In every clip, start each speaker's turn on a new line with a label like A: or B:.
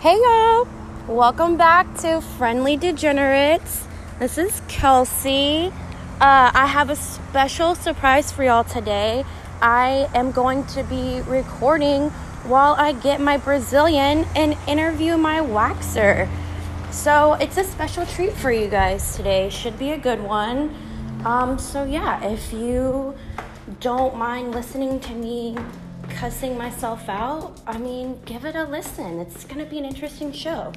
A: Hey y'all! Welcome back to Friendly Degenerates. This is Kelsey. Uh, I have a special surprise for y'all today. I am going to be recording while I get my Brazilian and interview my waxer. So it's a special treat for you guys today. Should be a good one. Um, so yeah, if you don't mind listening to me cussing myself out, I mean, give it a listen. It's gonna be an interesting show.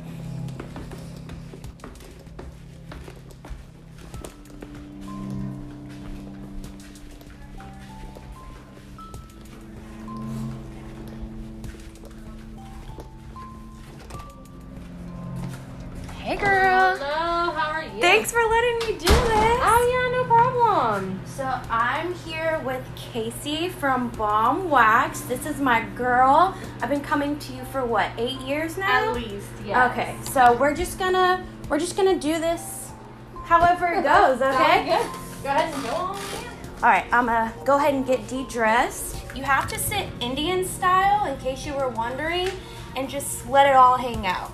A: Hey, girl.
B: Hello, how are you?
A: Thanks for letting me do this.
B: Oh yeah, no problem.
A: So I'm here with Casey from Bomb Wax. This is my girl. I've been coming to you for what, eight years now?
B: At least, yeah.
A: Okay, so we're just gonna we're just gonna do this however it goes, okay?
B: Good. Go ahead and go on. in.
A: Alright, I'm gonna go ahead and get de-dressed. You have to sit Indian style in case you were wondering and just let it all hang out.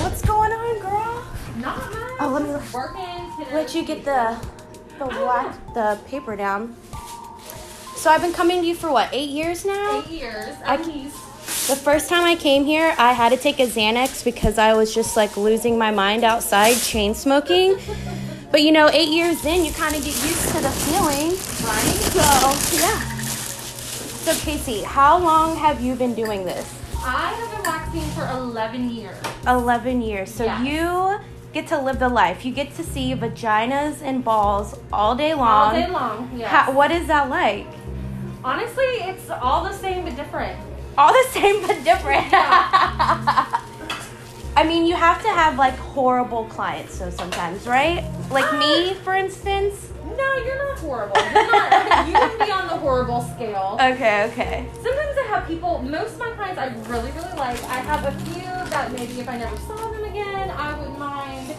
A: What's going on, girl?
B: Not much.
A: Oh, let me-
B: working.
A: let you get the the
B: Oh,
A: black the paper down. So I've been coming to you for what eight years now.
B: eight years
A: I-
B: at least.
A: The first time I came here, I had to take a Xanax because I was just like losing my mind outside chain smoking. but you know, eight years in, you kind of get used to the feeling.
B: Right.
A: So yeah. So Casey, how long have you been doing this?
B: I have been waxing for 11 years.
A: Eleven years. So
B: Yeah.
A: you get to live the life. You get to see vaginas and balls all day
B: All
A: long.
B: day long. Yeah.
A: How, what is that like?
B: Honestly, it's all the same but different.
A: all the same but different. I mean, you have to have like horrible clients, so sometimes, right? Like me, for instance.
B: No, you're not horrible. You're not. you can be on the horrible scale.
A: Okay, okay.
B: Sometimes I have people, most of my clients I really, really like. I have a few that maybe if I never saw them again, I wouldn't mind.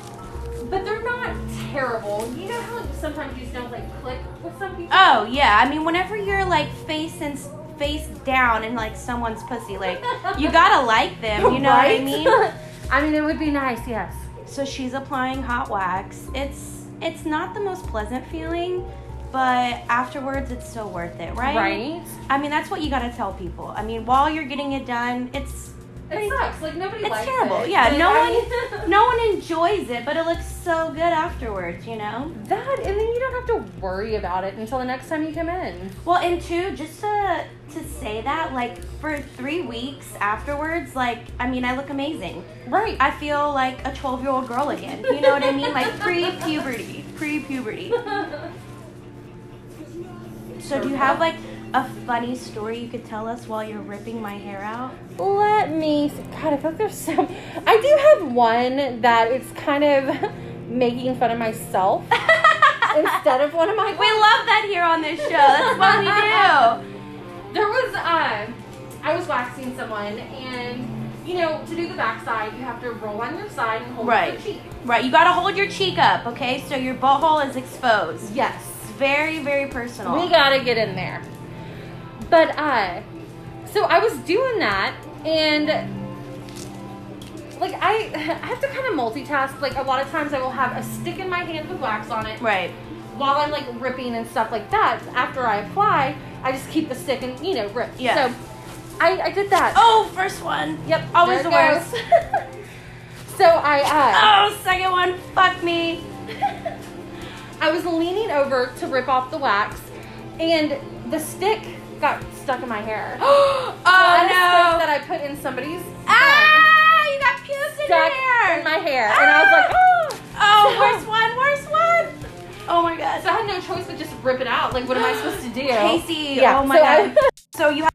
B: But they're not terrible. You know how sometimes you sound like click with some people?
A: Oh yeah, I mean, whenever you're like face and face down in like someone's pussy, like you gotta like them. You know what I
B: Right?
A: mean?
B: I mean, it would be nice, yes.
A: So she's applying hot wax. It's it's not the most pleasant feeling, but afterwards, it's so worth it, right? I mean, that's what you gotta tell people. I mean, while you're getting it done, it's
B: It sucks. Like, nobody
A: It's
B: likes
A: terrible.
B: it.
A: Yeah,
B: Like,
A: no
B: I mean-
A: no one enjoys it, but it looks so good afterwards, you know?
B: That, and then you don't have to worry about it until the next time you come in.
A: Well, and two, just to to say that, like for three weeks afterwards, like I mean, I look amazing.
B: Right.
A: I feel like a twelve year old girl again. You know what I mean? Like pre puberty, pre puberty. So do you have like a funny story you could tell us while you're ripping my hair out?
B: Let me. God, I feel like there's some. I do have one that it's kind of making fun of myself instead of one of my.
A: We love that here on this show. That's what we do.
B: There was um, I was waxing someone, and you know, to do the backside, you have to roll on your side and hold
A: Right.
B: your cheek.
A: Right, you gotta hold your cheek up, okay? So your butthole is exposed.
B: Yes.
A: It's very, very personal.
B: We gotta get in there. But uh, so I was doing that, and like I, I have to kind of multitask. Like a lot of times, I will have a stick in my hand with wax on it.
A: right.
B: while I'm like ripping and stuff like that, after I apply, I just keep the stick and you know rip.
A: Yeah.
B: So I, I did that.
A: Oh, first one.
B: Yep.
A: always
B: there
A: the
B: it
A: worst.
B: goes. so I
A: Oh, second one. Fuck me.
B: uh, I was leaning over to rip off the wax, and the stick got stuck in my hair.
A: oh
B: I had a
A: no.
B: stick that I put in somebody's
A: ah, you got pubes in your
B: stuck
A: hair.
B: in my hair, and I was like, oh.
A: oh, worst one, worst one. Oh my god.
B: So I had no choice but just rip it out. Like, what am I supposed to do?
A: Casey,
B: Yeah,
A: oh my
B: so
A: god.
B: I-
A: so you have